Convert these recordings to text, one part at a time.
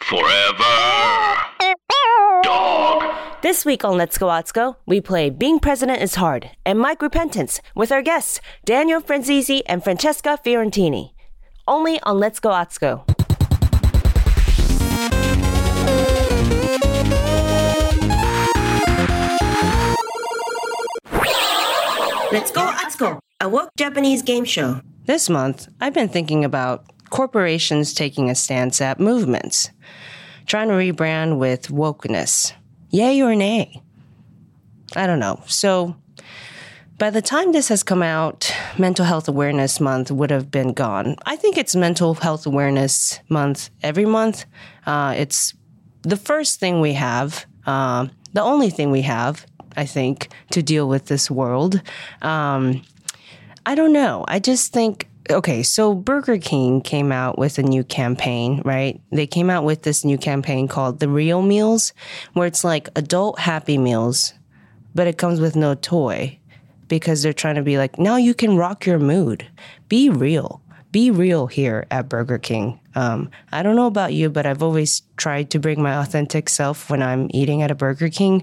Forever. Dog. This week on Let's Go Otsko, we play Being President is Hard and Mike Repentance with our guests, Daniel Franzisi and Francesca Fiorentini. Only on Let's Go Otsko. Let's go Atsuko, a woke Japanese game show. This month, I've been thinking about corporations taking a stance at movements, trying to rebrand with wokeness. Yay or nay? I don't know. So, by the time this has come out, Mental Health Awareness Month would have been gone. I think it's Mental Health Awareness Month every month. Uh, it's the first thing we have, um, the only thing we have, I think, to deal with this world. Um, I don't know. I just think okay, so Burger King came out with a new campaign, right? They came out with this new campaign called The Real Meals, where it's like adult happy meals, but it comes with no toy because they're trying to be like, now you can rock your mood. Be real. Be real here at Burger King. Um, I don't know about you, but I've always tried to bring my authentic self when I'm eating at a Burger King.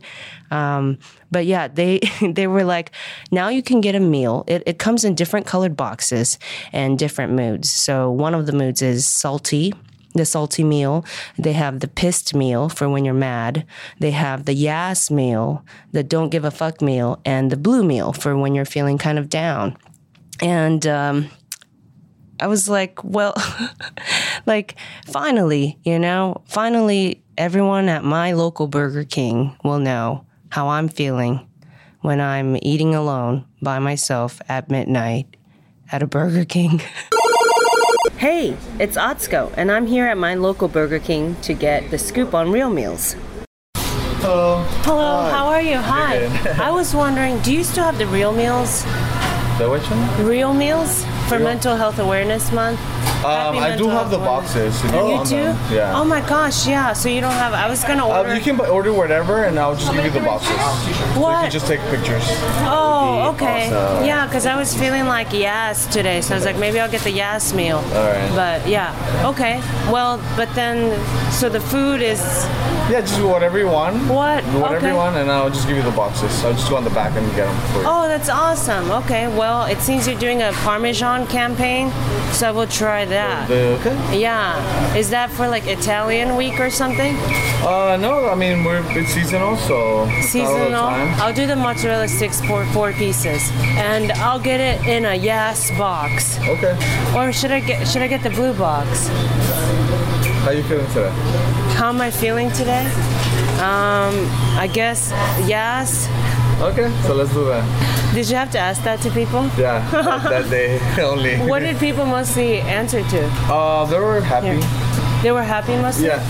Um, but yeah, they they were like, now you can get a meal. It, it comes in different colored boxes and different moods. So one of the moods is salty. The salty meal. They have the pissed meal for when you're mad. They have the yas meal, the don't give a fuck meal, and the blue meal for when you're feeling kind of down. And um, I was like, well, like finally, you know, finally everyone at my local Burger King will know how I'm feeling when I'm eating alone by myself at midnight at a Burger King. hey, it's Otsko, and I'm here at my local Burger King to get the scoop on real meals. Hello. Hello, how are you? Hi. good. I was wondering, do you still have the real meals? The which one? Real meals for Mental Health Awareness Month? Um, I do mental have the health boxes. If you, You want do? them. Yeah. Oh my gosh, yeah. So you don't have. I was gonna order. Uh, you can bu- order whatever, and I'll just give you the boxes. So you What? can just take pictures. oh, okay. awesome. Yeah, because I was feeling like yes today, so I was like maybe I'll get the yes meal. All right. But yeah, okay. Well, but then so the food is Yeah, just whatever you want. What? Whatever Okay. you want, and I'll just give you the boxes. I'll just go on the back and get them for you. oh that's awesome. Okay. Well, it seems you're doing a Parmesan campaign, so I will try that. The- okay. yeah. Is that for like Italian week or something? Uh, no, I mean we're it's seasonal, so it's not all the seasonal. time. I'll do the mozzarella sticks for four pieces, and I'll get it in a yes box. Okay. Or should I get should I get the blue box? How you feeling today? How am I feeling today? Um, I guess yes. Okay, so let's do that. Did you have to ask that to people? Yeah, that, that day only. What did people mostly answer to? Uh, they were happy. They were happy mostly. Yeah.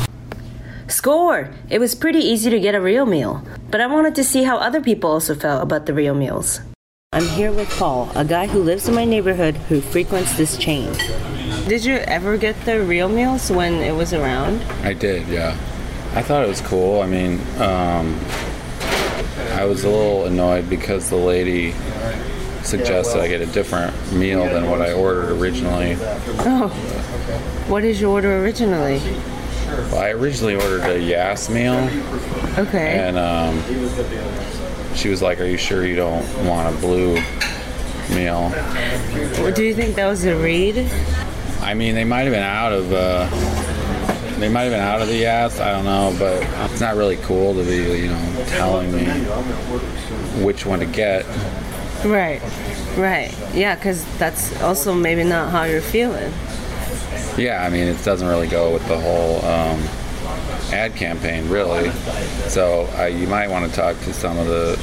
Score! It was pretty easy to get a real meal, but I wanted to see how other people also felt about the real meals. I'm here with Paul, a guy who lives in my neighborhood who frequents this chain. Did you ever get the real meals when it was around? I did, yeah. I thought it was cool. I mean, um, I was a little annoyed because the lady suggested I get a different meal than what I ordered originally. Oh. What did you order originally? Well, I originally ordered a Yas meal, Okay. and um, she was like, "Are you sure you don't want a blue meal?" Do you think that was a read? I mean, they might have been out of uh, They might have been out of the ass. I don't know, but it's not really cool to be, you know, telling me which one to get. Right. Right. Yeah, because that's also maybe not how you're feeling. Yeah, I mean, it doesn't really go with the whole um, ad campaign, really. So uh, you might want to talk to some of the,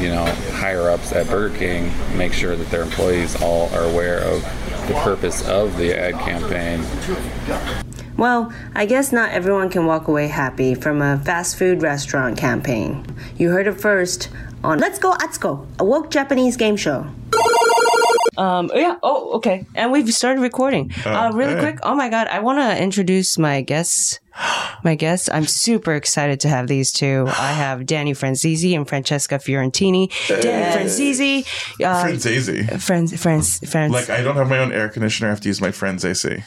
you know, higher ups at Burger King, make sure that their employees all are aware of the purpose of the ad campaign. Well, I guess not everyone can walk away happy from a fast food restaurant campaign. You heard it first on Let's Go Atsuko, a woke Japanese game show. Um, yeah. Oh, okay. And we've started recording. uh, really hey. quick. Oh my God. I want to introduce my guests. My guests. I'm super excited to have these two. I have Danny Franzese and Francesca Fiorentini. Danny Franzese. Uh, Friends AC. Franz, Franz, Franz, Like I don't have my own air conditioner. I have to use my friend's AC.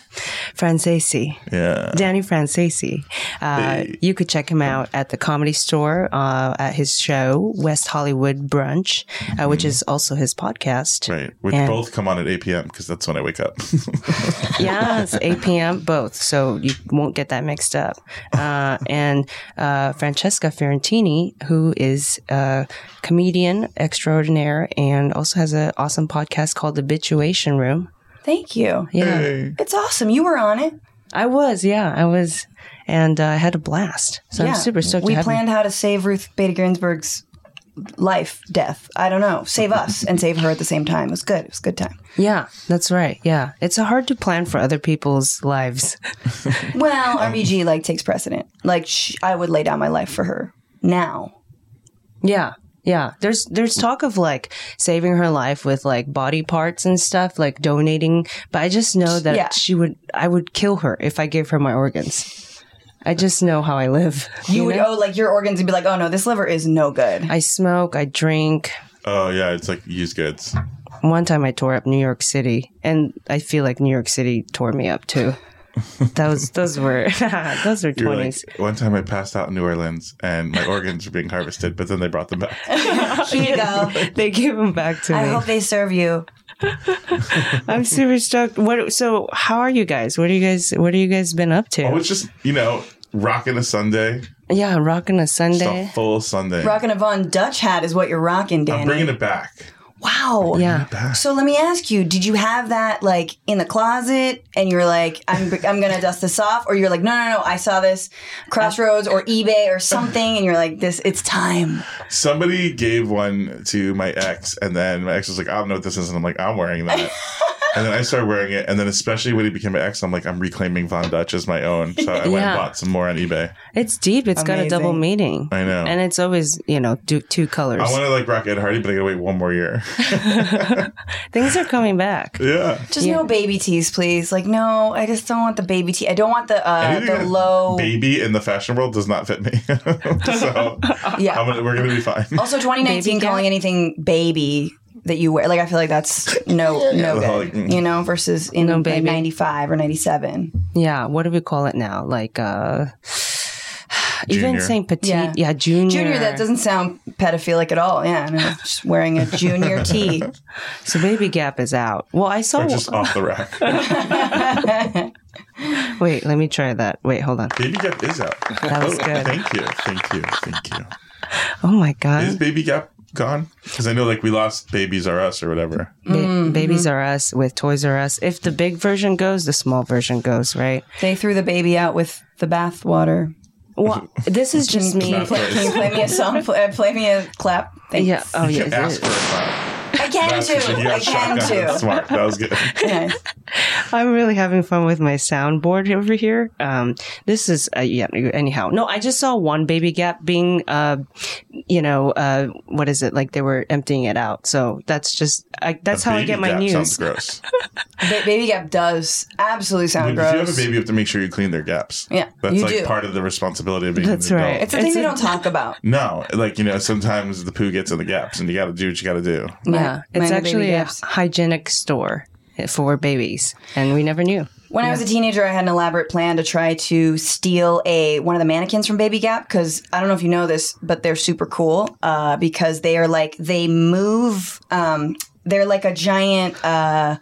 Francesi. Yeah. Danny Francesi. Uh, Hey. you could check him out at the comedy store uh, at his show, West Hollywood Brunch, uh, which is also his podcast. Right. Which And- both come on at 8 p.m. because that's when I wake up. yeah, it's 8 p.m. both, so you won't get that mixed up. Uh, and uh, Francesca Fiorentini, who is a comedian extraordinaire and also has an awesome podcast called Habituation Room. Thank you. Yeah, It's awesome. You were on it. I was. Yeah, I was, and uh, I had a blast. So yeah. I'm super stoked. We to have you. planned how to save Ruth Bader Ginsburg's life, death. I don't know. Save us and save her at the same time. It was good. It was a good time. Yeah, that's right. Yeah, it's hard to plan for other people's lives. Um, Well, RBG like takes precedent. Like sh- I would lay down my life for her now. Yeah. Yeah. There's there's talk of like saving her life with like body parts and stuff, like donating, but I just know that Yeah. she would I would kill her if I gave her my organs. I just know how I live. You, would oh like your organs would be like, oh no, this liver is no good. I smoke, I drink. oh yeah, it's like used goods. One time I tore up New York City and I feel like New York City tore me up too. Those those were those were You were like, twenties. one time I passed out in New Orleans and my organs were being harvested, but then they brought them back. Here you go. they gave them back to I me. hope they serve you. I'm super stoked. What so how are you guys? What are you guys what are you guys been up to? Oh, it's just you know rocking a Sunday, Yeah, rocking a just Sunday. a full Sunday. Rocking a Von Dutch hat is what you're rocking, Danny. I'm bringing it back. Wow. Yeah. So let me ask you: Did you have that like in the closet, and you're like, "I'm I'm gonna dust this off," or you're like, "No, no, no, I saw this Crossroads or eBay or something," and you're like, "This, it's time." Somebody gave one to my ex, and then my ex was like, "I don't know what this is," and I'm like, "I'm wearing that." And then I started wearing it, and then especially when he became my ex, I'm like, I'm reclaiming Von Dutch as my own. So I went Yeah. and bought some more on eBay. It's deep. It's got a double Amazing. meaning. I know. And it's always, you know, do, two colors. I want to like rock Ed Hardy, but I gotta wait one more year. Things are coming back. yeah. Just no baby tees, please. Like, no, I just don't want the baby tee. I don't want the uh, Anything the that's low. baby in the fashion world does not fit me. so Yeah. I'm gonna, we're gonna be fine. Oh. Also, 2019 Baby calling gap. anything baby that you wear, like I feel like that's no no like, good, mm. you know, versus in No like baby. 95 or 97. Yeah. What do we call it now? Like, uh, even Junior. saying petite. Yeah. Yeah. junior. Junior, that doesn't sound pedophilic at all. Yeah, no, just wearing a junior tee. So baby gap is out. Well, I saw. We're just off the rack. Wait, let me try that. Wait, hold on. Baby Gap is out. That was Oh, good. Thank you. Thank you. Thank you. Oh my Is God. Baby Gap gone? Because I know like we lost Babies Are Us or whatever. Ba- Mm-hmm. Babies are us with Toys are Us. If the big version goes, the small version goes, right? They threw the baby out with the bathwater. Well, this is just me. Not Play, can you nice. play me a song? Play, uh, play me a clap. Thanks. Yeah. Oh, You yeah. can ask it- for a clap. I can That's what you too. got I can shotgun. That's too. Smart. That was good. Yeah. I'm really having fun with my soundboard over here. Um, this is uh, yeah. Anyhow, no, I just saw one baby gap being, uh, you know, uh, what is it? Like they were emptying it out. So that's just I, that's how I Baby get my Gap Sounds news. gross. Ba- baby Gap does absolutely sound If you have a gross. baby, you have to make sure you clean their gaps. Yeah, That's you like do. part of the responsibility of being That's an right. adult. It's a thing It's they a- don't talk about. No, like you know, sometimes the poo gets in the gaps, and you got to do what you got to do. Yeah, it's Mind the baby actually a gaps. hygienic store for babies, and we never knew. When I was a teenager, I had an elaborate plan to try to steal a one of the mannequins from Baby Gap because I don't know if you know this, but they're super cool uh, because they are like they move. Um, they're like a giant. Uh,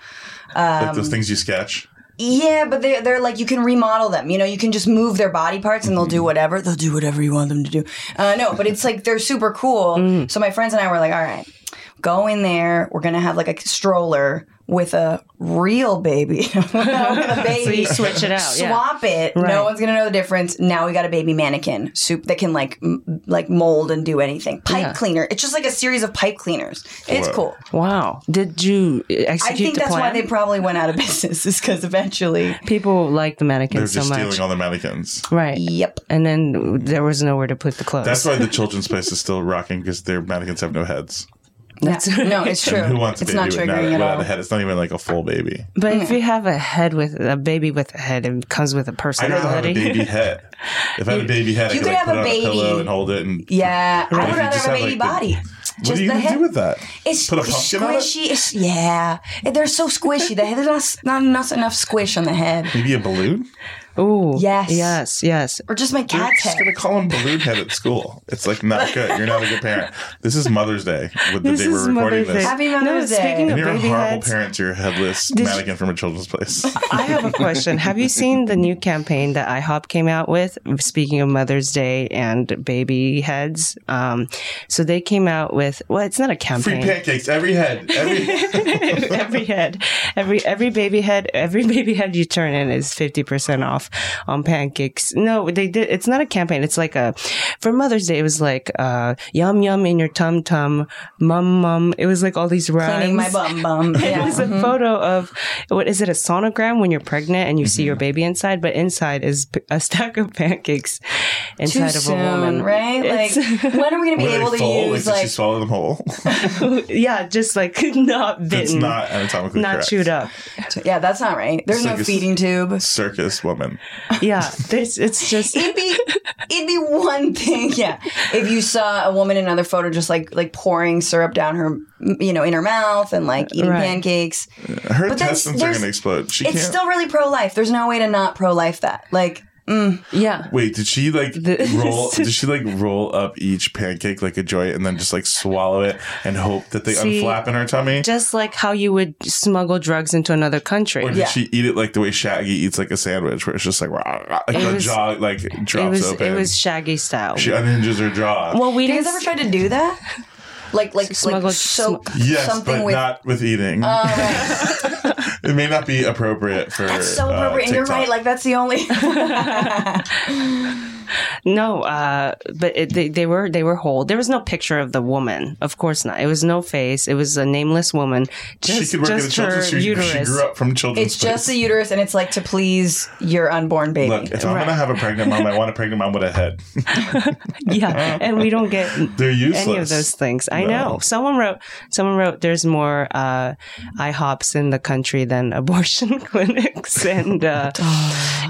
Um, like those things you sketch. Yeah, but they're, they're like, you can remodel them. You know, you can just move their body parts and they'll Mm-hmm. do whatever. They'll do whatever you want them to do. Uh, no, but it's like they're super cool. Mm-hmm. So my friends and I were like, all right, go in there. We're going to have like a stroller with a real baby. with a baby. So you switch it out, yeah. Swap it. Right. No one's going to know the difference. Now we got a baby mannequin soup that can like m- like mold and do anything. Pipe Yeah. cleaner. It's just like a series of pipe cleaners. It's Wow. cool. Wow. Did you uh, execute I think the that's why plan? they probably went out of business is because eventually. People like the They're mannequins just so much. stealing all the mannequins. right. Yep. And then there was nowhere to put the clothes. That's why the children's place is still rocking because their mannequins have no heads. Yeah. no, it's true. Who wants a it's baby not without, triggering at without all. a head? It's not even like a full baby. but if you have a head with a baby with a head and comes with a I'd rather have a personality, baby head. If I had a baby head, You I could, could like, have put a it on baby. a pillow and hold it. And Yeah, I Right. would If you rather just have a have, baby like, the- body. what are you the gonna head. do with that? It's put a pumpkin on it. squishy. It's, yeah, they're so squishy. The head there's not s- not enough, enough squish on the head. Maybe a balloon. ooh, Yes. yes, yes. Or just my They're cat's just head. gonna call him balloon head at school. It's like not good. You're not a good parent. This is Mother's Day with the This day is we're recording Mother's Day. this. Happy Mother's Day. Speaking And of you're a baby horrible heads, parent to your headless you- mannequin from a children's place. I have a question. Have you seen the new campaign that IHOP came out with? Speaking of Mother's Day and baby heads, um, so they came out with well, it's not a Free campaign. pancakes, every head, every every head, every every baby head, every baby head you turn in is fifty percent off on pancakes. No, they did. It's not a campaign. It's like a for Mother's Day. It was like uh, yum yum in your tum tum, mum mum. It was like all these rhymes. Cleaning my Mm-hmm. bum bum. It Yeah. was a photo of what is it a sonogram when you're pregnant and you see Mm-hmm. your baby inside, but inside is p- a stack of pancakes Too inside of soon, a woman, right? It's- Like, when are we going to be Where able they to fold, like, use does she like? swallow them whole? yeah, just like not bitten, It's not anatomically not correct. chewed up. yeah, that's not right. There's It's no like a s- feeding tube. Circus woman. Yeah, there's, it's just It'd be it'd be one thing, yeah. If you saw a woman in another photo just like like pouring syrup down her, you know, in her mouth and like eating Uh, Right. pancakes. Uh, Her But that's- intestines are there's- gonna explode. She It's can't. still really pro life. There's no way to not pro life that. Like yeah. Wait, did she like The- roll? Did she like roll up each pancake like a joint and then just like swallow it and hope that they See, unflap in her tummy? Just like how you would smuggle drugs into another country. Or did Yeah. she eat it like the way Shaggy eats like a sandwich, where it's just like rah, rah, like It her was- jaw like drops it was open? it was Shaggy style. she unhinges her jaw. well, we you didn't guys ever tried to do that? Like like Smuggle- like soak yes, something but with not with eating. Oh, it may not be appropriate for. that's so uh, appropriate. and you're TikTok. right, like that's the only No, uh, but it, they, they were they were whole. There was no picture of the woman. Of course not. It was no face. It was a nameless woman. Just, she could work just in a children's. her She, she uterus. grew up from children's. it's just place. the uterus and it's like to please your unborn baby. Look, if I'm gonna have a pregnant mom, I want a pregnant mom with a head. yeah, and we don't get They're useless. any of those things. I know. No. Someone wrote. Someone wrote. There's more uh, IHOPs in the country than abortion clinics, and uh,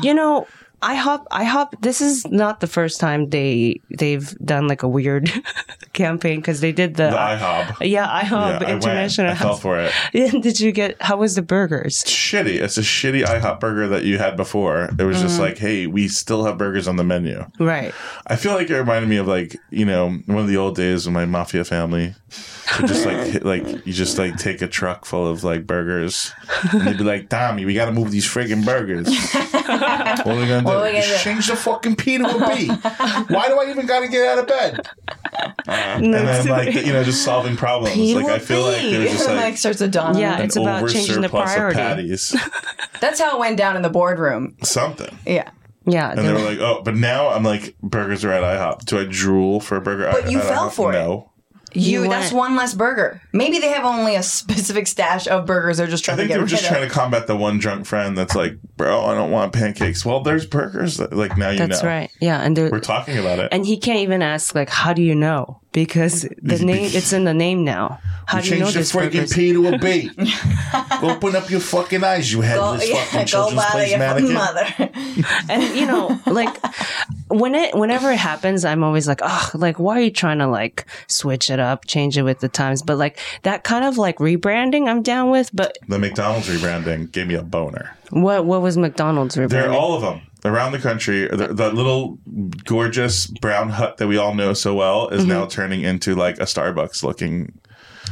you know. IHOP, IHOP. This is not the first time they they've done like a weird campaign because they did the, The IHOB. yeah Yeah, IHOP I went. Oh, International. I fell House. for it. Yeah, did you get how was the burgers? shitty. It's a shitty IHOP burger that you had before. It was Mm-hmm. just like, hey, we still have burgers on the menu. Right. I feel like it reminded me of like you know one of the old days when my mafia family would just like hit, like you just like take a truck full of like burgers and they'd be like, Tommy, we got to move these friggin' burgers. what are we gonna do? we gonna Just do? change the fucking P to a B. Why do I even gotta get out of bed? and then like you know just solving problems. like I feel like it was just like. like starts to dawn. on Yeah, me. an it's about over changing the surplus of priority. patties, That's how it went down in the boardroom. something. Yeah. Yeah. And they were like, "Oh, but now I'm like, burgers are at IHOP. Do I drool for a burger? But at- you at fell IHOP? for it. No, You, You that's went. one less burger. Maybe they have only a specific stash of burgers. They're just I trying think to they get were rid just of. trying to combat the one drunk friend that's like, bro, I don't want pancakes. Well, there's burgers. That, like now you that's know. right. Yeah. And We're they're talking about it. and he can't even ask like how do you know? Because the name it's in the name now. How do you know Change the this freaking burgers? P to a B. Open up your fucking eyes, you Go, headless yeah, fucking go children's bother place your mannequin. mother. and you know, like when it whenever it happens, I'm always like, oh, like why are you trying to like switch it up, change it with the times? But like that kind of like rebranding, I'm down with. But The McDonald's rebranding gave me a boner. what what was McDonald's rebranding? They're all of them around the country. The, the little Mm-hmm. gorgeous brown hut that we all know so well is now turning into like a Starbucks looking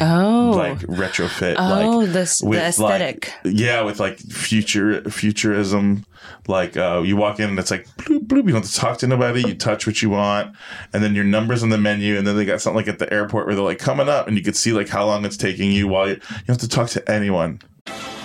Oh. like retrofit. Oh, like this- the like- aesthetic. yeah, with like future futurism. Like uh, you walk in and it's like bloop bloop. You don't have to talk to nobody. You touch what you want, and then your numbers on the menu. And then they got something like at the airport where they're like coming up, and you could see like how long it's taking you while you you don't have to talk to anyone.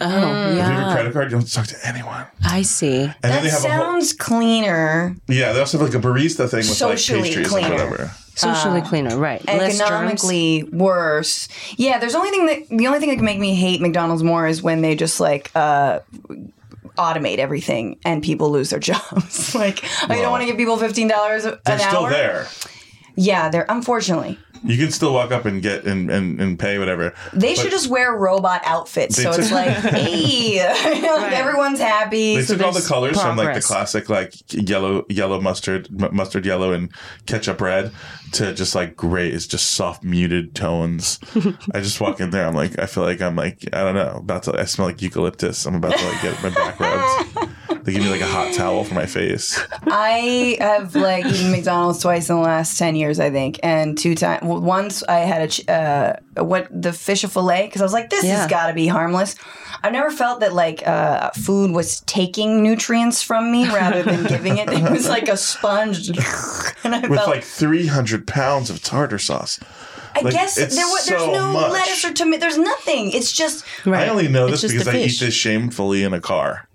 Oh, If you have a yeah. credit card, you don't have to talk to anyone. I see. And then That they have a whole, sounds cleaner, yeah. They also have like a barista thing with Socially like pastries cleaner. and whatever. Socially cleaner, right. Less germs. economically worse. Yeah, there's only thing that the only thing that can make me hate McDonald's more is when they just like uh, automate everything and people lose their jobs. like I don't Well, want to give people fifteen dollars an They're still hour. there. Yeah, they're unfortunately You can still walk up and get and, and, and pay whatever. But- they should just wear robot outfits. They So it's took- like, hey, like, everyone's happy. They so took all the there's colors from like the progress. classic like yellow, yellow mustard, m- mustard yellow, and ketchup red to just like gray. It's just soft muted tones. I just walk in there. I'm like, I feel like I'm like I don't know about to. I smell like eucalyptus. I'm about to like get my back rubbed. They give me like a hot towel for my face. I have like eaten McDonald's twice in the last ten years, I think, and two times. Well, once I had a ch- uh, what the fish a fillet because I was like, this Yeah. has got to be harmless. I've never felt that like uh, food was taking nutrients from me rather than giving it. It was like a sponge, and I With felt. like 300 pounds of tartar sauce. I Like, guess there it's was, there's so no much. lettuce or tomato. There's nothing. It's just I only know this just because the I eat fish. this shamefully in a car.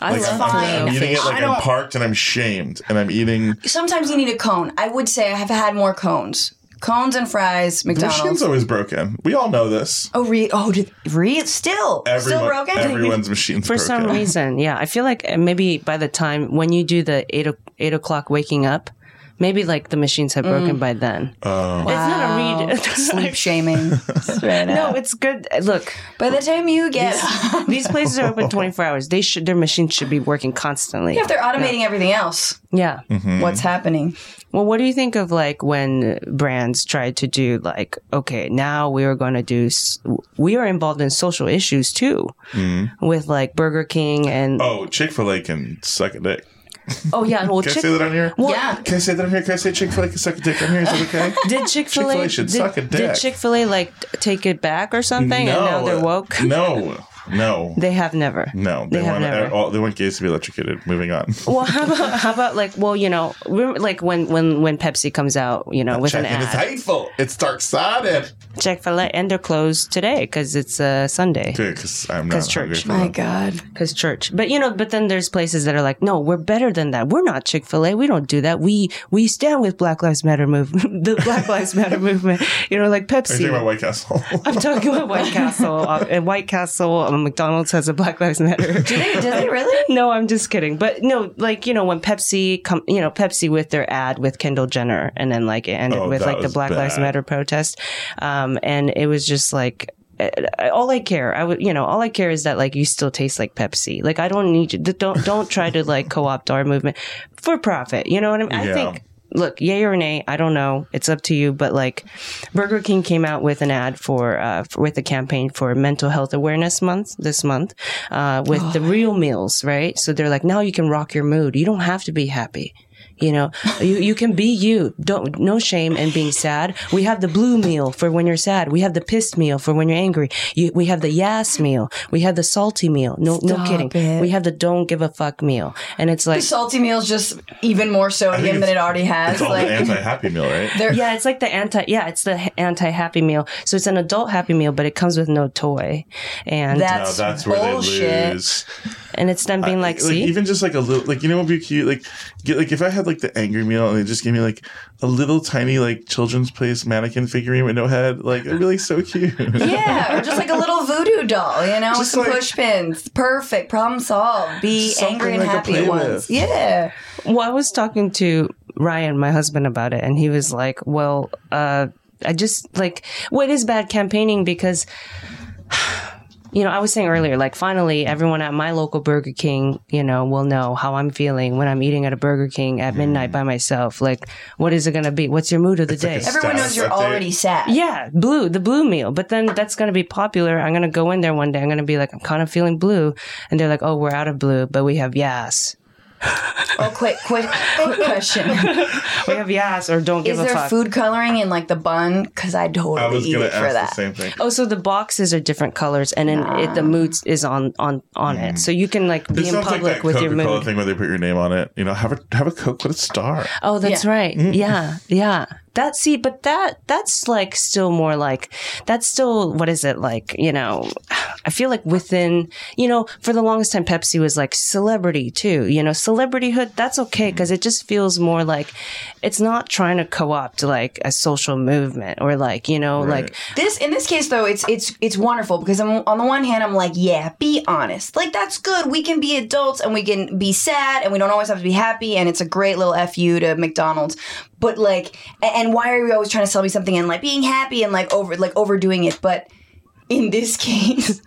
I Like, love I'm, fine. I'm eating it Fish. like I I'm don't- parked and I'm shamed and I'm eating. sometimes you need a cone. I would say I have had more cones, cones and fries. The machine's McDonald's. always broken. We all know this. Oh, re- oh, did, re- still, still Everyone- broken. Everyone's machine's For broken. some reason, yeah. I feel like uh, maybe by the time when you do the eight, o- eight o'clock waking up, maybe like the machines have broken by then. Oh. It's not a read. sleep shaming. no, it's good. Uh, Look, By the time you get, these places are open 24 hours. They should, their machines should be working constantly. if they're automating everything else, Yeah. Mm-hmm. what's happening? Well, what do you think of like when brands tried to do like, okay, now we are going to do, s- we are involved in social issues too with like Burger King and, Mm. Oh, Chick Fil A can suck a dick. oh yeah, well, Can Chick- I say that on here? yeah, Can I say that on here? Can I say Chick Fil A can suck a dick on here? Is that okay? Did Chick Fil Chick-fil-A A should did, suck a dick. uh, Did Chick Fil A like t- take it back or something? And now they're woke. No, no, They have never. no. They, uh, oh. They have want never. all, they want gays to be electrocuted. Moving on. Well, how about how about like well, you know, remember, like when when when Pepsi comes out, you know, with an Uh, Check it. It's ad, hateful. It's dark sided. Chick Fil A, and they're closed today because it's uh, Sunday Dude, because I'm not 'Cause church. hungry for that. God, because church. But you know, but then there's places that are like, no, we're better than that. We're not Chick Fil A. We don't do that. We we stand with Black Lives Matter movement, the Black Lives Matter movement. You know, like Are you talking about Pepsi. White Castle? I'm talking about White Castle, uh, and White Castle, um, McDonald's has a Black Lives Matter. did they really? No, I'm just kidding. But no, like you know, when Pepsi come, you know, Pepsi with their ad with Kendall Jenner, and then like it ended Oh, with that like the was Black Lives bad. Matter protest, um, and it was just like. uh, All I care, I would, you know, all I care is that like you still taste like Pepsi. Like I don't need you. th- Don't don't try to like co-opt our movement for profit. You know what I mean? I Yeah. think. Look, yay or nay, I don't know. It's up to you. But like, Burger King came out with an ad for, uh, f- with a campaign for Mental Health Awareness Month this month, uh, with the real meals, right? So they're like, now you can rock your mood. You don't have to be happy. You know, you, you can be you. Don't, no shame in being sad. We have the blue meal for when you're sad. We have the pissed meal for when you're angry. You, we have the yes meal. We have the salty meal. No, no Stop kidding. it. We have the don't give a fuck meal. And it's like, the salty meal's just even more sodium than it already has. It's all Like the anti Happy Meal, right? yeah, it's like the anti. Yeah, it's the anti Happy Meal. So it's an adult Happy Meal, but it comes with no toy, and no, that's where they lose. And it's them being like, like see, even just like a little like you know what would be cute like get like if I had like the angry meal and they just gave me like a little tiny like children's place mannequin figurine with no head like it'd be like so cute yeah, or just like a little voodoo doll, you know, with Just some like- pushpins. Perfect. Problem solved. Be Something angry and I could happy play at once. with. Yeah. well, I was talking to Ryan, my husband, about it, and he was like, well, uh, I just like what is bad campaigning because. You know, I was saying earlier, like finally everyone at my local Burger King, you know, will know how I'm feeling when I'm eating at a Burger King at midnight by myself. Like, what is it going to be? What's your mood of the day? Everyone knows you're already sad. Yeah, blue, the blue meal. But then that's going to be popular. I'm going to go in there one day. I'm going to be like, I'm kind of feeling blue. And they're like, oh, we're out of blue, but we have yes. Oh, quick, quick, quick question. We have yes or don't Is give a there fuck. food coloring in like the bun? Because I totally I was eat gonna it for ask the that. same thing. Oh, so the boxes are different colors, and then it, the mood is on on on it. So you can like be in It Mm. sounds like public that with your Coca-Cola mood. thing where they put your name on it you know have a have a Coke with a star Oh, that's right. Mm. Yeah, yeah. That see, but that that's like still more like that's still what is it like? You know, I feel like within you know for the longest time Pepsi was like celebrity too. You know, celebrityhood that's okay Mm. because it just feels more like it's not trying to co-opt like a social movement or like you know like This in this case though, it's it's it's wonderful because I'm, on the one hand I'm like, yeah, be honest. Like that's good. We can be adults and we can be sad and we don't always have to be happy and it's a great little fu to McDonald's. But like a- and why are you always trying to sell me something and like being happy and like over like overdoing it, but in this case,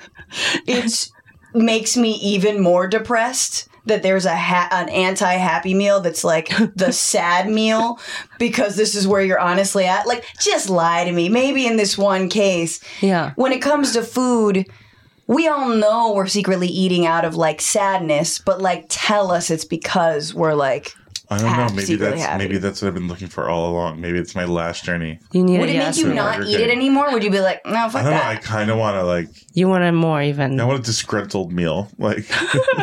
it's makes me even more depressed that there's a ha- an anti happy meal that's like the sad meal because this is where you're honestly at. Like, just lie to me. Maybe in this one case, yeah. when it comes to food. We all know we're secretly eating out of like sadness, but like tell us it's because we're like I don't know maybe secretly that's happy. maybe that's what I've been looking for all along maybe it's my last journey You need Would a it make yes. Uh-huh, you Burger not eat King. it anymore? Would you be like, no, I fuck don't know that? I kind of want to like you want a more even I want a disgruntled meal like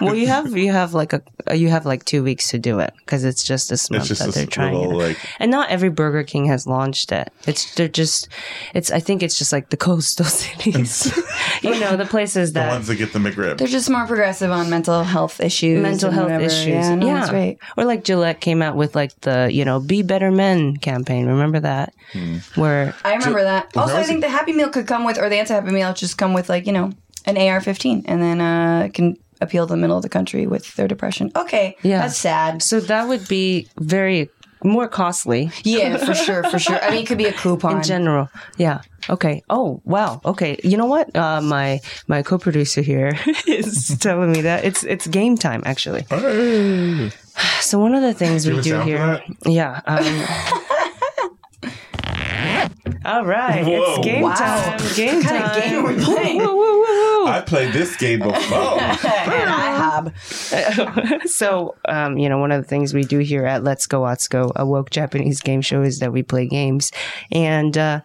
well, you have you have like a you have like two weeks to do it because it's just this month just that this they're trying. it. little, like- and not every Burger King has launched it. It's they're just it's I think it's just like the coastal cities, you know, the places the that ones that get the McRib They're just more progressive on mental health issues. mental and health whatever. issues. Yeah, no, that's right. Or like Gillette came out with like the you know Be Better Men campaign. Remember that? Hmm. Where I remember that. Well, Also, how I is think it- the Happy Meal could come with, or the anti-Happy Meal just come with, like you know, an AR-15, and then uh, it can appeal to the middle of the country with their depression. Okay, Yeah. that's sad. So that would be very more costly. Yeah, for sure, for sure. I mean, it could be a coupon. in general. Yeah. Okay. Oh wow. Okay. You know what? Uh, my my co-producer here is telling me that it's it's game time actually. So one of the things Do you we have a do sound for here, yeah. Um, all right, Whoa. it's game Wow. time. Game What kind of time. game are we playing? Woo, woo, woo, woo. I played this game before and I have. so, um, you know, one of the things we do here at Let's Go Otsuko, a woke Japanese game show, is that we play games. And uh,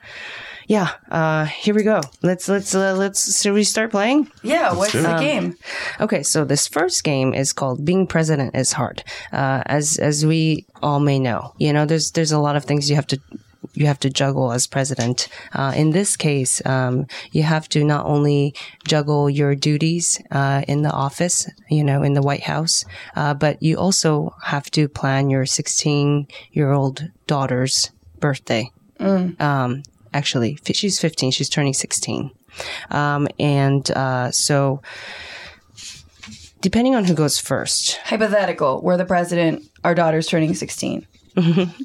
yeah, uh, here we go. Let's let's uh, let's should we start playing? Yeah, Let's what's do it. the game? Okay, so this first game is called "Being President Is Hard." Uh, as as we all may know, you know, there's there's a lot of things you have to you have to juggle as president. Uh, in this case, um, you have to not only juggle your duties uh, in the office, you know, in the White House, uh, but you also have to plan your 16 year old daughter's birthday. Um, actually, fi- she's 15. She's turning 16. Um, and uh, so, depending on who goes first, Hypothetical: We're the president. Our daughter's turning sixteen.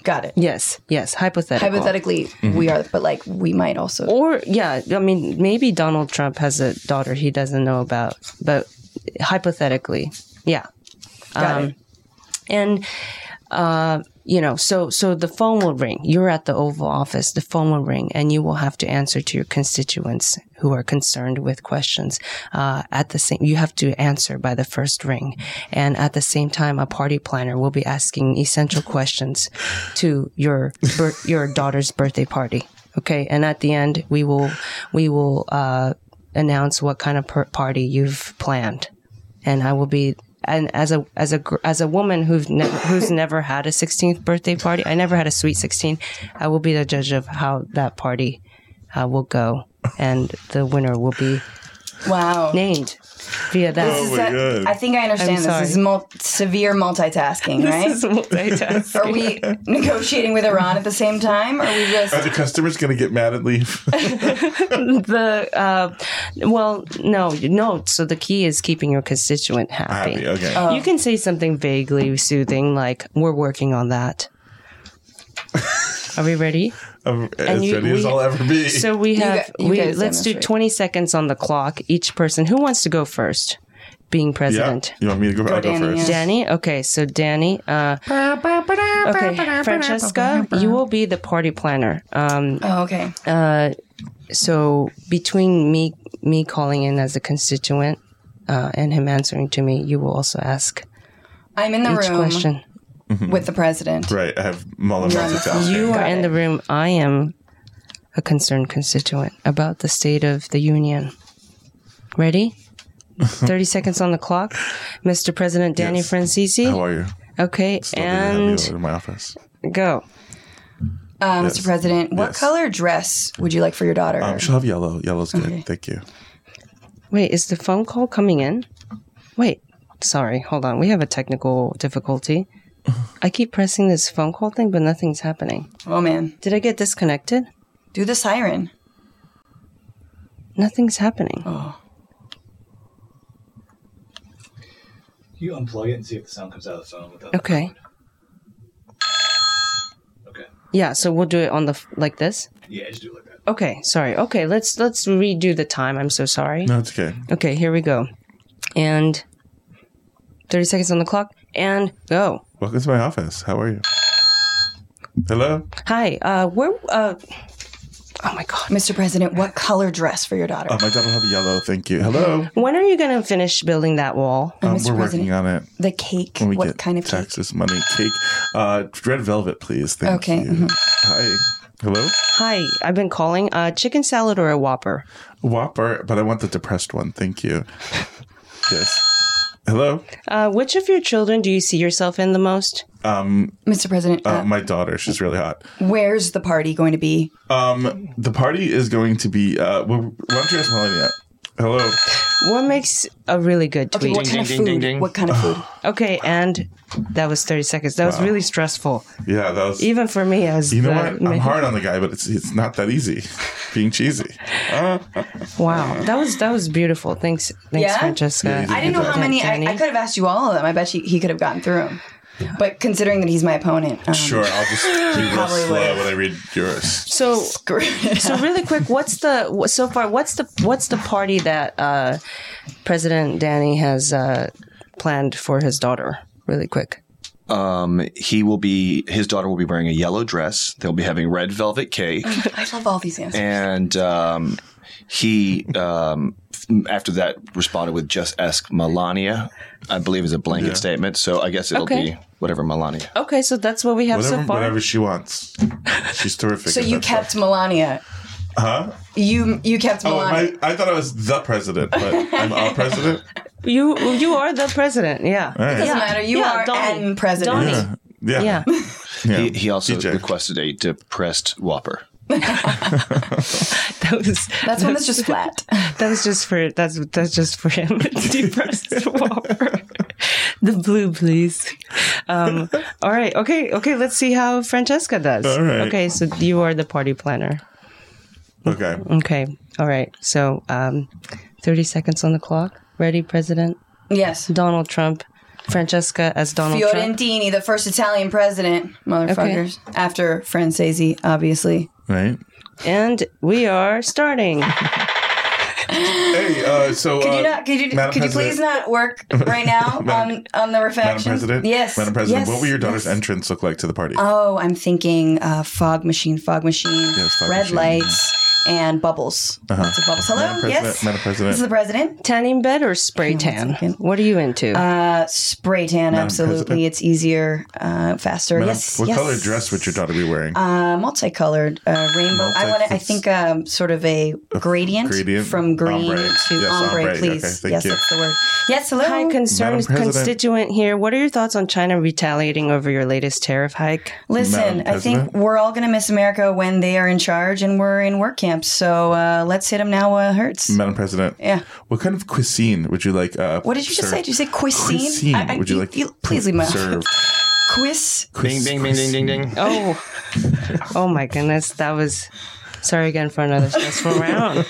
Got it. Yes. Yes. Hypothetical. Hypothetically, we are, but like we might also. Or yeah, I mean, maybe Donald Trump has a daughter he doesn't know about, Um, but hypothetically, yeah. Got it. And uh, you know, so so the phone will ring. You're at the Oval Office. The phone will ring, and you will have to answer to your constituents who are concerned with questions. Uh, at the same, you have to answer by the first ring, and at the same time, a party planner will be asking essential questions to your bir- your daughter's birthday party. Okay, and at the end, we will we will uh, announce what kind of per- party you've planned, and I will be and as a as a gr- as a woman who've never who's never had a 16th birthday party, I never had a sweet 16. I will be the judge of how that party uh, will go, and the winner will be Wow. named via that. This is a- I think I I'm understand. sorry. This is mul- severe multitasking, This right? is multitasking. Are we negotiating with Iran at the same time? Or are we just Are the customers going to get mad and leave? the uh, well, no, no. So the key is keeping your constituent happy. Happy, okay. Oh. You can say something vaguely soothing, like "We're working on that." Are we ready? I'm And Um, as you- ready as we- I'll ever be. So we You have gu- you we guys let's do demonstrate. twenty seconds on the clock. Each person who wants to go first, being president. You want me to go, I'll go first? Danny. Okay, so Danny. Uh, okay, Francesca, you will be the party planner. Um, oh, okay. Uh, so between me me calling in as a constituent uh, and him answering to me, you will also ask I'm in the each room question. with the president. Hmm. Right, I have Mullen You're on the phone. multitasking. You are Got in it. the room. I am a concerned constituent about the state of the union. Ready? 30 seconds on the clock. Mr. President Danny Francisi. How are you? Okay, It's lovely to have you and in my office. go. Uh, Yes. Mr. President, what Yes. color dress would you like for your daughter? Um, she'll have yellow. Yellow's good. Thank you. Wait, is the phone call coming in? Wait, sorry, hold on. We have a technical difficulty. I keep pressing this phone call thing, but nothing's happening. oh man, Did I get disconnected? do the siren. Nothing's happening. Oh. Can you unplug it and see if the sound comes out of the phone without? Okay. Yeah, so we'll do it on the f- like this. Yeah, just do it like that. Okay, sorry. Okay, let's let's redo the time. I'm so sorry. No, it's okay. Okay, here we go. And 30 seconds on the clock and go. Welcome to my office. How are you? Hello? Hi. Uh where uh Oh my god. Mr. President, what color dress for your daughter? Uh, my daughter will have yellow. Thank you. Hello? When are you going to finish building that wall? Um, we're working on it. The cake. When we What get kind of cake? taxes, money, cake. Uh, red velvet, please. Thank Okay, you. mhm. Hi. Hello? Hi, I've been calling uh chicken salad or a whopper. Whopper, but I want the depressed one. Thank you. yes. Hello? Uh which of your children do you see yourself in the most? Um, Mr. President, uh, uh, my daughter, she's really hot. where's the party going to be? Um, the party is going to be. Uh, wh- why don't you ask Melanie? that? Hello. What makes a really good Okay, tweet? what Ding, kind of ding, ding, food? ding. What kind of food? okay, and that was 30 seconds. That was Wow. really stressful. Yeah, that was. Even for me as you know the what? I'm hard on the guy, but it's it's not that easy. Being cheesy. Um, Uh, Wow, that was that was beautiful. Thanks, thanks, Yeah? Francesca. I didn't know how many. I, I could have asked you all of them. I bet you, he could have gotten through them. But considering that he's my opponent, um, sure, I'll just be real Probably slow when I read yours. so, so really quick, what's the wh- so far? What's the what's the party that uh, President Danny has uh, planned for his daughter? Really quick. Um, he will be. His daughter will be wearing a yellow dress. They'll be having red velvet cake, I love all these answers. and um, he um, f- after that responded with just ask Melania. I believe is a blanket statement. So I guess it'll Okay. be whatever Melania. Okay, so that's what we have Whatever, so far. whatever she wants. She's terrific. so you kept Melania. Huh? You you kept Oh, Melania. I, I thought I was the president, but I'm our president. You you are the president. Yeah. All right. Doesn't matter. You Yeah, are Donnie. and president. Yeah. Yeah. Yeah. He, he also requested a depressed Whopper. That was That's one that's just flat. that was just for that's that's just for him. Depressed Whopper. the blue, please. Um, all right. Okay. Okay. Let's see how Francesca does. All right. Okay. So you are the party planner. Okay. Okay. All right. So um, thirty seconds on the clock. Ready, President Yes. Donald Trump. Francesca as Donald Trump. Fiorentini, the first Italian president, motherfuckers. After Francesi, obviously. Right. And we are starting. hey, uh, so Could you uh, not? Could you? Madam Could you President- please not work right now Madam- on on the Madam refraction? President? Yes, Madam President, yes, what will your daughter's yes. entrance look like to the party? Oh, I'm thinking uh, fog machine, fog machine, Yes, fog red machine. lights, and bubbles. Uh-huh. Lots of bubbles. Hello, Madam President, yes, Madam President. This is the president. Tanning bed or spray tan? What are you into? Uh, spray tan, Madam absolutely. President. It's easier, uh, faster. Madam, yes, what yes. color dress would your daughter be wearing? Uh, multicolored, uh, rainbow. I want. to I Multi- think um, sort of a gradient, gradient? from green Ombre. Yes, to ombre, ombre. please. Okay, thank yes, you. that's the word. Yes, hello. Hi, concerned Madam President. constituent here. What are your thoughts on China retaliating over your latest tariff hike? Listen, I think we're all going to miss America when they are in charge and we're in work camps. So uh, let's hit them now while it hurts. Madam President. Yeah. What kind of cuisine would you like? Uh, What did you just served? say? Did you say cuisine? Cuisine. I- I- would you, you- like? you- please leave my- served? Quiz. Ding, ding, ding, ding, ding, ding. Oh, oh my goodness, that was. Sorry again for another stressful round.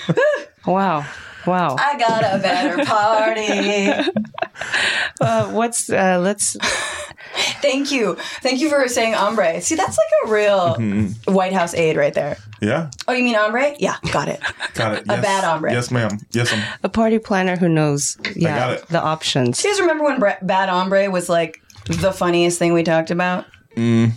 Wow, wow. I got a better party. Uh, what's uh, let's Thank you. Thank you for saying ombre. See, that's like a real Mm-hmm. White House aide right there. Yeah. Oh, you mean ombre? Yeah, got it. Got it. A Yes. bad ombre. Yes, ma'am. Yes, ma'am. a party planner who knows? Yeah, got it. the options. Do you guys remember when Bre- bad ombre was like the funniest thing we talked about? Mm.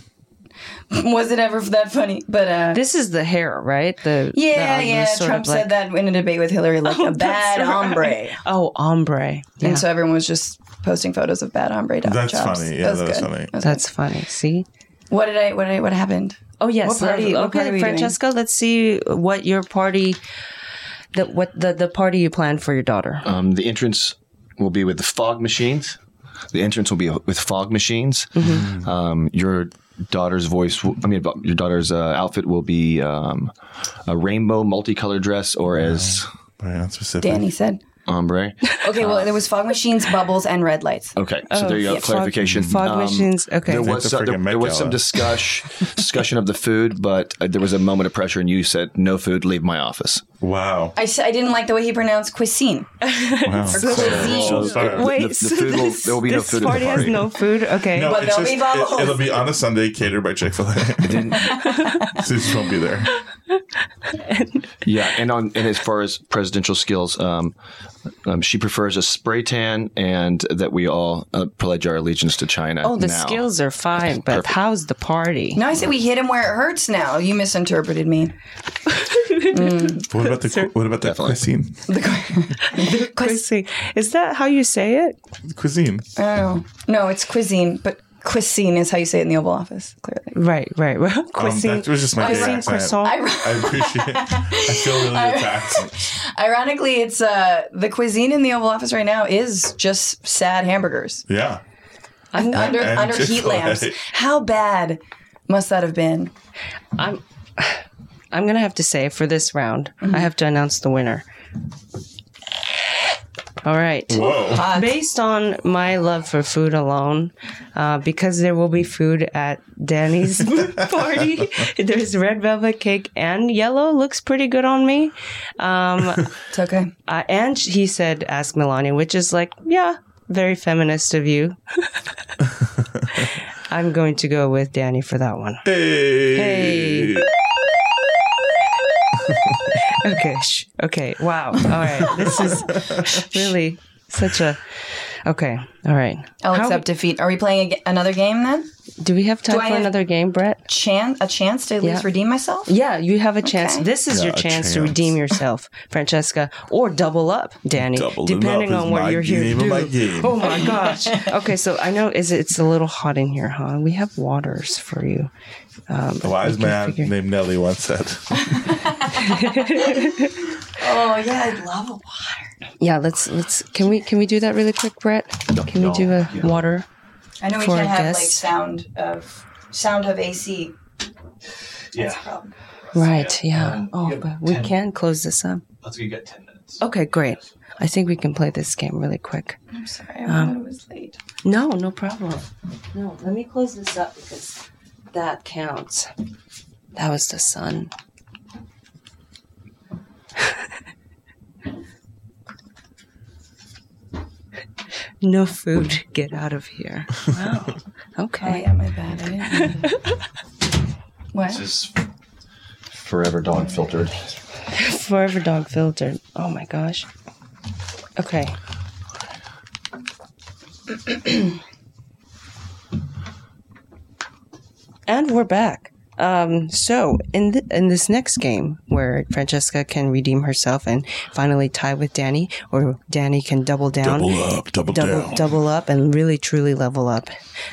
Was it ever that funny? But uh, This is the hair, right? The yeah, the- the yeah. sort Trump of like- Oh, said that in a debate with Hillary, like a bad That's right. ombre. Oh, ombre. Yeah. And so everyone was just posting photos of bad ombre do- That's jobs. funny. Yeah, that was that's good. funny. That was That's funny. See? good. What did I? What did I? What happened? Oh yes. What party? Okay, what party were you doing? Francesca. Let's see what your party, the what the the party you planned for your daughter. Um, the entrance will be with the fog machines. The entrance will be with fog machines. Mm-hmm. Um, your daughter's voice, w- I mean, about- your daughter's uh, outfit will be um, a rainbow multicolored dress, or as specific. Danny said. ombre. Okay, well, there was fog machines, bubbles, and red lights. Oh. Okay, so there you go. yeah. Clarification. Um, Fog- fog machines, okay. There It's like was the some, there, freaking Met there was some Gala. discuss, discussion of the food, but uh, there was a moment of pressure, and you said, "No food. Leave my office." Wow. I, s- I didn't like the way he pronounced cuisine. Wow. So- So- uh, Sorry. Wait, the- the so food will- this, there will be no this food at the party has party. no food. Okay, No, it's just, it, it'll be on a Sunday catered by Chick Fil A. This won't be there. Yeah, and on and as far as presidential skills, um, um, she prefers a spray tan, and that we all uh, pledge our allegiance to China. Oh, the now. skills are fine, but how's the party? No, I said we hit him where it hurts. Now you misinterpreted me. What about the what about the cuisine? Cuisine. Is that how you say it? Cuisine. Oh no, it's cuisine, but cuisine is how you say it in the Oval Office. Clearly, Right, right. Well, cuisine. Um, that was just my cuisine favorite accent. croissant. I- I appreciate. it. I feel really attacked. ironically, it's uh, the cuisine in the Oval Office right now is just sad hamburgers Yeah. Un- under and under heat Chick-fil-A. lamps. How bad must that have been? I'm I'm gonna have to say for this round, I have to announce the winner. All right. Whoa. Fuck. Based on my love for food alone, uh, because there will be food at Danny's party, there's red velvet cake and yellow looks pretty good on me. Um, It's okay. uh, and sh- he said, "Ask Melania," which is like, yeah, very feminist of you. I'm going to go with Danny for that one. Hey. Okay. Shh. Okay. Wow. All right. This is really such a. Okay. All right. I'll accept defeat. Are we playing a g- another game then? Do we have time Do I for have- another game, Brett? Chance, a chance to at Yeah. least redeem myself. Yeah, you have a chance. This is Yeah, your a chance, to chance. redeem yourself, Francesca, or double up, Danny, Doubling depending up is on what my you're here to name of do. my game. Oh my gosh. Okay, so I know is it's a little hot in here, huh? We have waters for you. Um, A wise man named Nelly once said, Oh yeah, I love a water. yeah, let's let's can we can we do that really quick, Brett? Can we do a water? I know we For can't a have like guest? sound of sound of AC. Yeah. Right, yeah. oh, but we can close this up. Let's go get ten minutes. Okay, great. I think we can play this game really quick. I'm sorry, I Um, thought it was late. No, no problem. No, let me close this up because that counts. That was the sun. no food. Get out of here. Wow. Oh Okay. yeah, my bad. I didn't. what? This is forever dawn filtered. Forever dog filter. Oh my gosh. Okay. and we're back. Um, so in th- in this next game, where Francesca can redeem herself and finally tie with Danny, or Danny can double down, Double up, double down. double up, and really truly level up.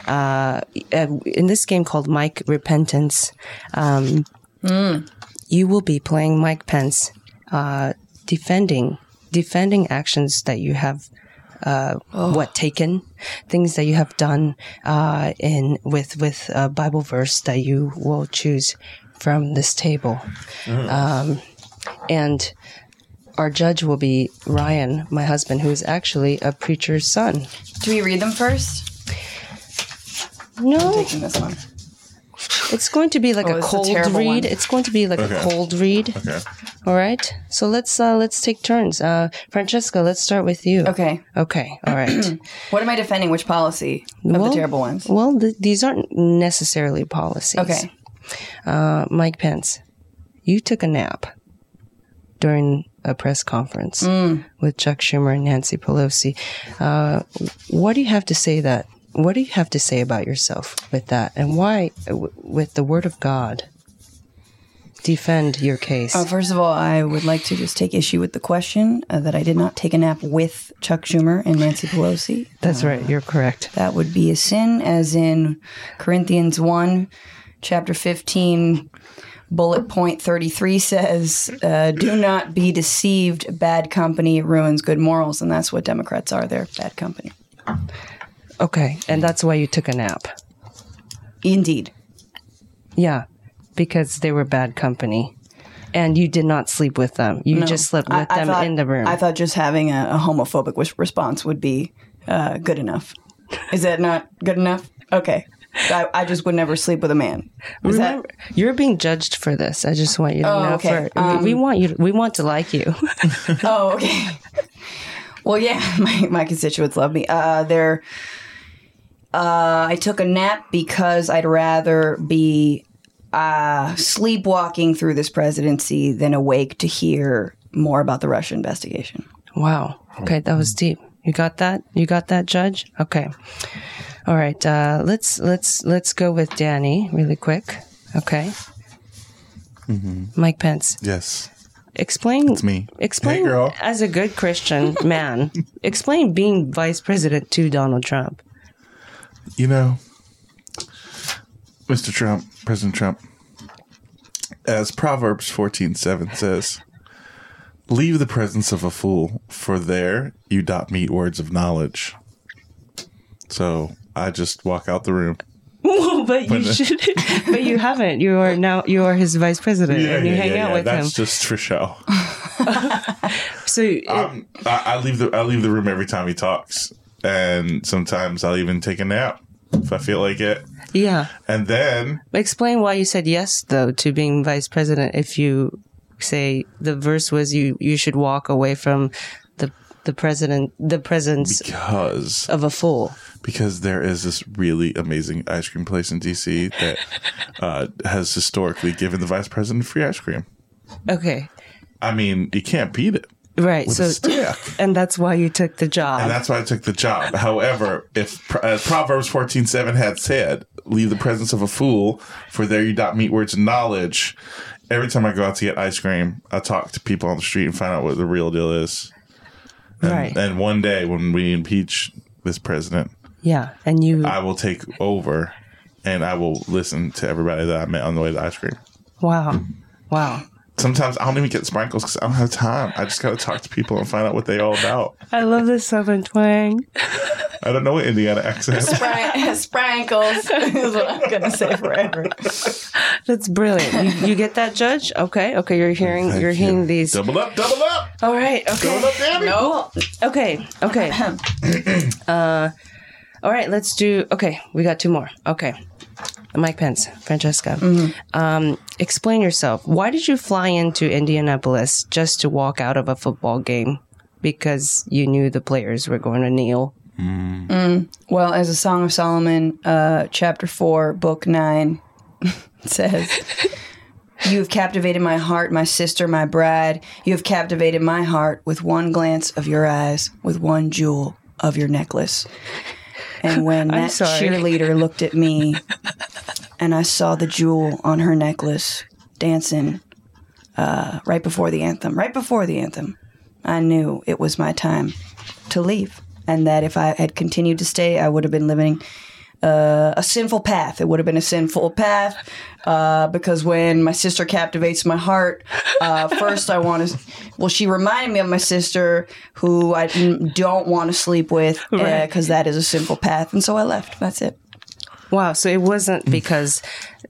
Uh, uh, in this game called Mike Repentance, um, you will be playing Mike Pence, uh, defending defending actions that you have uh, what taken, things that you have done uh, in with with a Bible verse that you will choose from this table, Mm-hmm. um, and our judge will be Ryan, my husband, who is actually a preacher's son. Do we read them first? No. I'm taking this one. It's going to be like Oh, a it's a cold read. terrible one. It's going to be like Okay. a cold read. Okay. All right. So let's uh, let's take turns. Uh, Francesca, let's start with you. Okay. Okay. All right. what am I defending? Which policy of Well- the terrible ones? Well, th- these aren't necessarily policies. Okay. Uh, Mike Pence, you took a nap during a press conference Mm. with Chuck Schumer and Nancy Pelosi. Uh, what do you have to say that? What do you have to say about yourself with that, and why, w- with the Word of God, defend your case? Uh, first of all, I would like to just take issue with the question uh, that I did not take a nap with Chuck Schumer and Nancy Pelosi. That's right. You're correct. That would be a sin, as in Corinthians 1, chapter 15, bullet point 33 says, uh, Do not be deceived. Bad company ruins good morals. And that's what Democrats are. They're bad company. Okay, and that's why you took a nap. Indeed. Yeah, because they were bad company. And you did not sleep with them. You No. just slept I- with I them thought- in the room. I thought just having a, a homophobic wish response would be uh, good enough. Is that not good enough? Okay. I, I just would never sleep with a man. Is that- Remember, you're being judged for this. I just want you to Oh, know. okay. For, we- we Um, want you. To, we want to like you. oh, okay. Well, yeah, my, my constituents love me. Uh, they're, uh, I took a nap because I'd rather be uh, sleepwalking through this presidency than awake to hear more about the Russia investigation. wow. Okay, that was deep. You got that. You got that, Judge. Okay. All right. Uh, let's let's let's go with Danny really quick. Okay. Mike Pence. Yes. Explain. It's me. Explain as a good Christian man. explain being vice president to Donald Trump. You know, Mr. Trump, President Trump, as Proverbs fourteen seven says, leave the presence of a fool, for there you dot meet words of knowledge. So I just walk out the room. Well, but But, you uh, should. But you haven't. You are now. You are his vice president, and you hang out with That's him. just for show. So um, I, I leave the I leave the room every time he talks, and sometimes I'll even take a nap if I feel like it. yeah. And then Explain why you said yes, though, to being vice president. If you say the verse was you, you should walk away from the the president, the presence because of a fool. because there is this really amazing ice cream place in DC that uh, has historically given the vice president free ice cream. Okay, I mean, you can't beat it. right. With a so, and that's why you took the job. And that's why I took the job. However, if Pro- as Proverbs fourteen seven had said, leave the presence of a fool, for there you dot meet words of knowledge. Every time I go out to get ice cream, I talk to people on the street and find out what the real deal is. And, Right. and one day when we impeach this president, yeah, and you. I will take over and I will listen to everybody that I met on the way to ice cream. wow, wow. Sometimes I don't even get sprinkles because I don't have time. I just got to talk to people and find out what they're all about. I love this southern twang. I don't know what Indiana accent. Spran- Sprankles is what I'm going to say forever. That's brilliant. You, you get that, Judge? Okay, okay. You're hearing. you're hearing these. Double up, double up. All right. Okay. Double up, Abby. No. Okay. Okay. uh, all right. Let's do. Okay. We got two more. Okay. Mike Pence, Francesca, um, explain yourself. Why did you fly into Indianapolis just to walk out of a football game because you knew the players were going to kneel? Mm. Well, as a Song of Solomon, uh, chapter 4, book 9 says, You have captivated my heart, my sister, my bride. You have captivated my heart with one glance of your eyes, with one jewel of your necklace. And when I'm that sorry. cheerleader looked at me and I saw the jewel on her necklace dancing uh, right before the anthem, right before the anthem, I knew it was my time to leave. And that if I had continued to stay, I would have been living uh, a sinful path. It would have been a sinful path uh, because when my sister captivates my heart, uh, first I want to. Well, she reminded me of my sister who I n- don't want to sleep with Right. because that is a sinful path. And so I left. That's it. Wow. So it Mm. wasn't because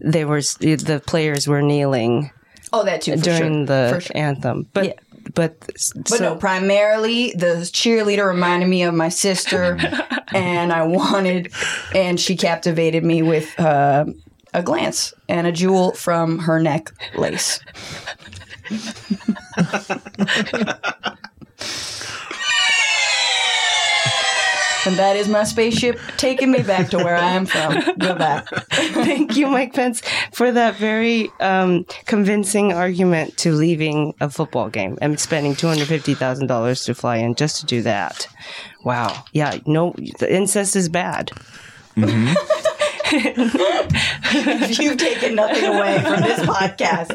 they were the players were kneeling Oh, that too. For during sure. the For sure. anthem, but but But no, primarily the cheerleader reminded me of my sister, and I wanted, and she captivated me with uh, a glance and a jewel from her necklace. and that is my spaceship taking me back to where I am from. Goodbye. Thank you, Mike Pence, for that very um, convincing argument to leaving a football game and spending two hundred fifty thousand dollars to fly in just to do that. Wow. Yeah. No, the incest is bad. if you've taken nothing away from this podcast,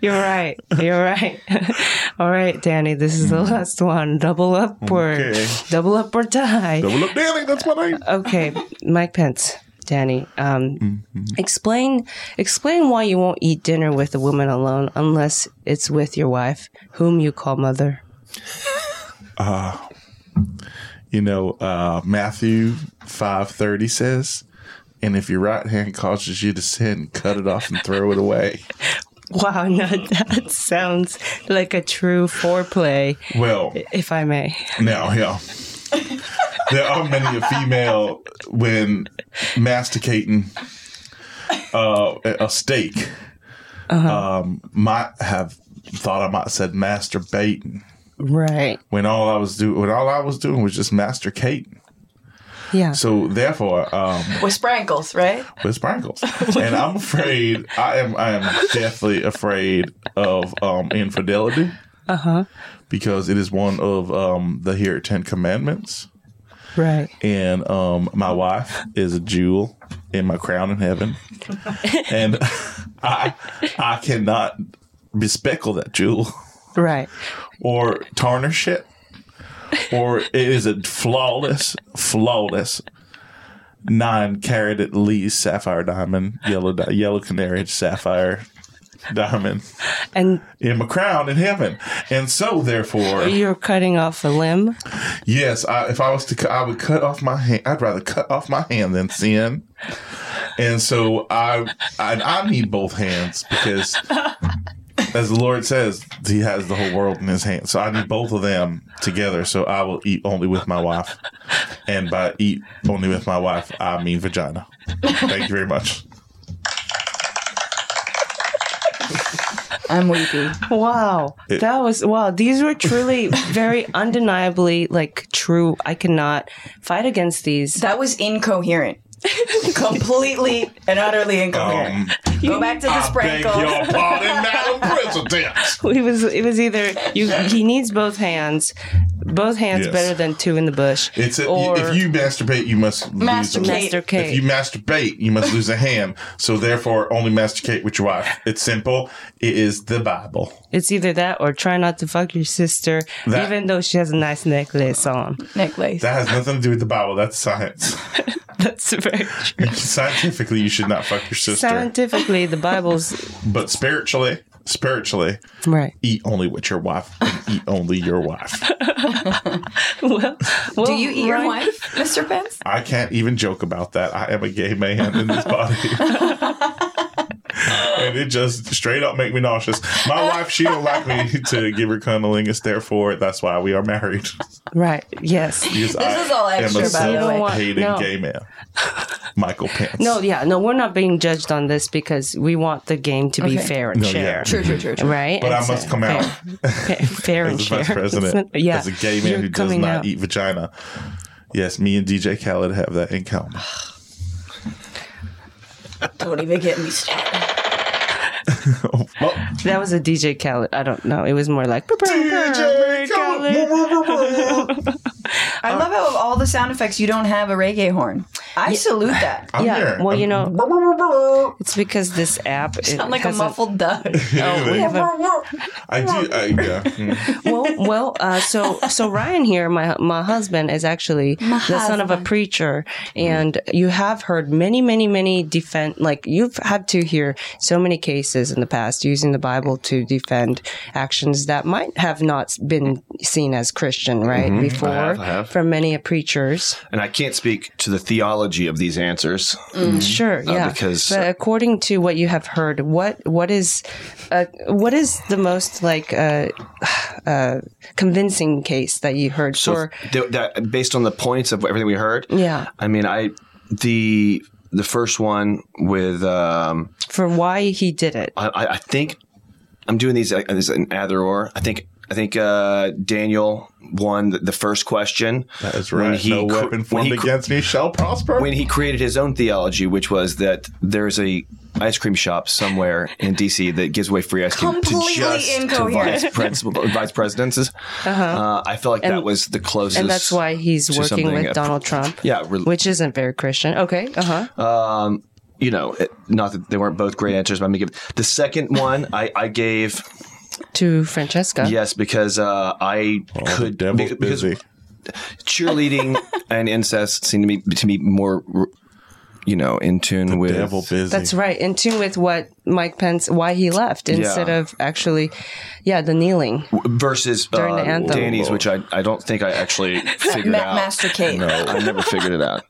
You're right. You're right. All right, Danny. This is Mm. the last one. Double up or Okay. double up or die. Double up, Danny. That's what I. Okay, Mike Pence, Danny. Um, Mm-hmm. Explain explain why you won't eat dinner with a woman alone unless it's with your wife, whom you call mother. Uh, you know, uh, Matthew five thirty says, "And if your right hand causes you to sin, cut it off and throw it away." Wow, now that sounds like a true foreplay. Well, if I may. Now, yeah. there are many a female when masticating uh, a steak um, might have thought I might have said masturbating Right. when all I was do when all I was doing was just masticating. Yeah. So therefore, um, with sprinkles, right? with sprinkles, and I'm afraid I am I am deathly afraid of um, infidelity Uh huh. because it is one of um, the here Ten Commandments. Right. and um, my wife is a jewel in my crown in heaven, and I I cannot bespeckle that jewel Right. or tarnish it, or it is a flawless, flawless nine carat Lee sapphire diamond, yellow di- yellow canary sapphire diamond, and in my crown in heaven, and so therefore You're cutting off a limb. Yes, I, if I was to, cu- I would cut off my hand. I'd rather cut off my hand than sin. And so I, I, I need both hands because, as the Lord says, He has the whole world in His hand. So I need both of them together. So I will eat only with my wife, and by eat only with my wife, I mean vagina. Thank you very much. I'm weepy. Wow. It- that was wow. These were truly very undeniably like true. I cannot fight against these. That was incoherent. Completely and utterly incoherent. Go back to the sprinkles. It was it was either you he needs both hands. Both hands Yes. better than two in the bush. It's a, or if you masturbate, you must lose a- Masturbate. Masturbate. If you masturbate, you must lose a hand. So therefore, only masturbate with your wife. It's simple. It is the Bible. it's either that or try not to fuck your sister, That- even though she has a nice necklace on. Necklace. That has nothing to do with the Bible. That's science. That's very true. Scientifically, you should not fuck your sister, Scientifically, the Bible's but spiritually, spiritually, right. Eat only with your wife. And eat only your wife. Do you eat your wife, Mr. Pence? I can't even joke about that. I am a gay man in this body. and it just straight up make me nauseous. My wife, she don't like me to give her cunnilingus. Therefore, that's why we are married. Right. Yes. Because I am a self-hating gay man. Michael Pence. No, yeah, no, we're not being judged on this because we want the game to be Okay. fair and No, yeah. fair. True, true, true, true. Right? But I And must so- come out Fair, fair as and the fair. vice president, yeah. as a gay man You're who does coming not out. eat vagina. Yes, me and DJ Khaled have that in common. Don't even get me started. That was a DJ Khaled. I don't know. It was more like DJ Khaled. I love how of all the sound effects you don't have a reggae horn. I salute that. yeah. Well, you know, it's because this app it sound like a hasn't- muffled duck. Oh, we have a- I do. I, yeah. Mm. well, well. Uh, so, so Ryan here, my my husband, is actually My the son of a husband. preacher, and you have heard many, many, many defend. Like you've had to hear so many cases in the past using the Bible to defend actions that might have not been seen as Christian, right? Mm-hmm. Mhm. I Before, have, I have. from many a preachers. And I can't speak to the theology of these answers. Sure, Uh, yeah. because but according to what you have heard, what what is uh, what is the most like uh, uh, convincing case that you heard so for? th- that based on the points of everything we heard. Yeah. I mean, I the the first one with um, For why he did it. I- I, I think I'm doing these like, as an either or. I think I think uh, Daniel won the, the first question. That is right. No weapon formed against me shall prosper. When he created his own theology, which was that there's a ice cream shop somewhere in DC that gives away free ice cream Completely to just to incoherent. vice, pres- vice presidents. Uh, I felt like that Uh-huh. And- was the closest, and that's why he's to working something with of- Donald Trump, Yeah, re- which isn't very Christian. Okay, uh huh. um, you know, it, not that they weren't both great answers, but I'm gonna give the second one. I, I gave To Francesca. yes because uh, I could be- because cheerleading and incest seem to me to be more, you know, in tune with devil busy. That's right, in tune with what Mike Pence, why he left Yeah. instead of actually, yeah, the kneeling. versus During the uh, anthem. Danny's, which I, I don't think I actually figured Ma- out. Master Kate. No, I never figured it out.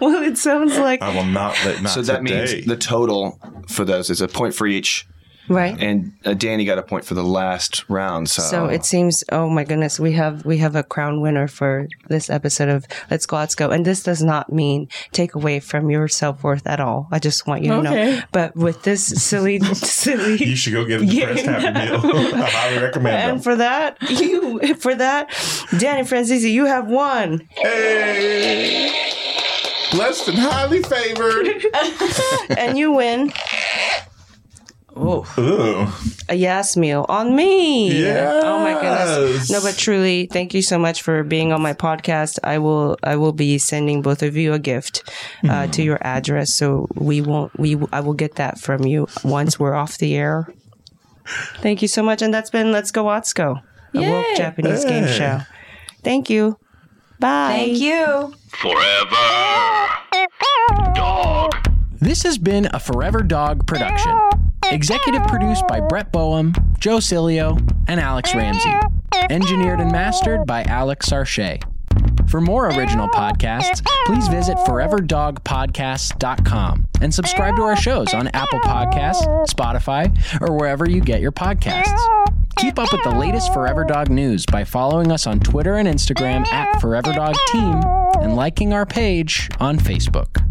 Well, it sounds like will not let. not so that today. means the total for those is a point for each. right. And uh, Danny got a point for the last round. So, So it seems, oh my goodness, we have we have a crown winner for this episode of Let's Go, Let's Go. And this does not mean take away from your self worth at all. I just want you to Okay. know. But with this silly, silly, You should go get a depressed Yeah. happy meal. I highly recommend and them. for that, you for that, Danny Franzese, you have won. Hey, blessed and highly favored. and you win Oh, a yes meal on me. Yes. Oh my goodness. No, but truly, thank you so much for being on my podcast. I will I will be sending both of you a gift uh, Hmm. to your address, so we won't we I will get that from you once we're off the air. Thank you so much, and that's been Let's Go Watsko, a woke Yay. Japanese game Hey. show. Thank you. Bye. Thank you. Forever. Dog. This has been a Forever Dog production. Executive produced by Brett Boehm, Joe Cilio, and Alex Ramsey. Engineered and mastered by Alex Sarche. For more original podcasts, please visit foreverdogpodcasts.com and subscribe to our shows on Apple Podcasts, Spotify, or wherever you get your podcasts. Keep up with the latest Forever Dog news by following us on Twitter and Instagram at Forever Dog Team and liking our page on Facebook.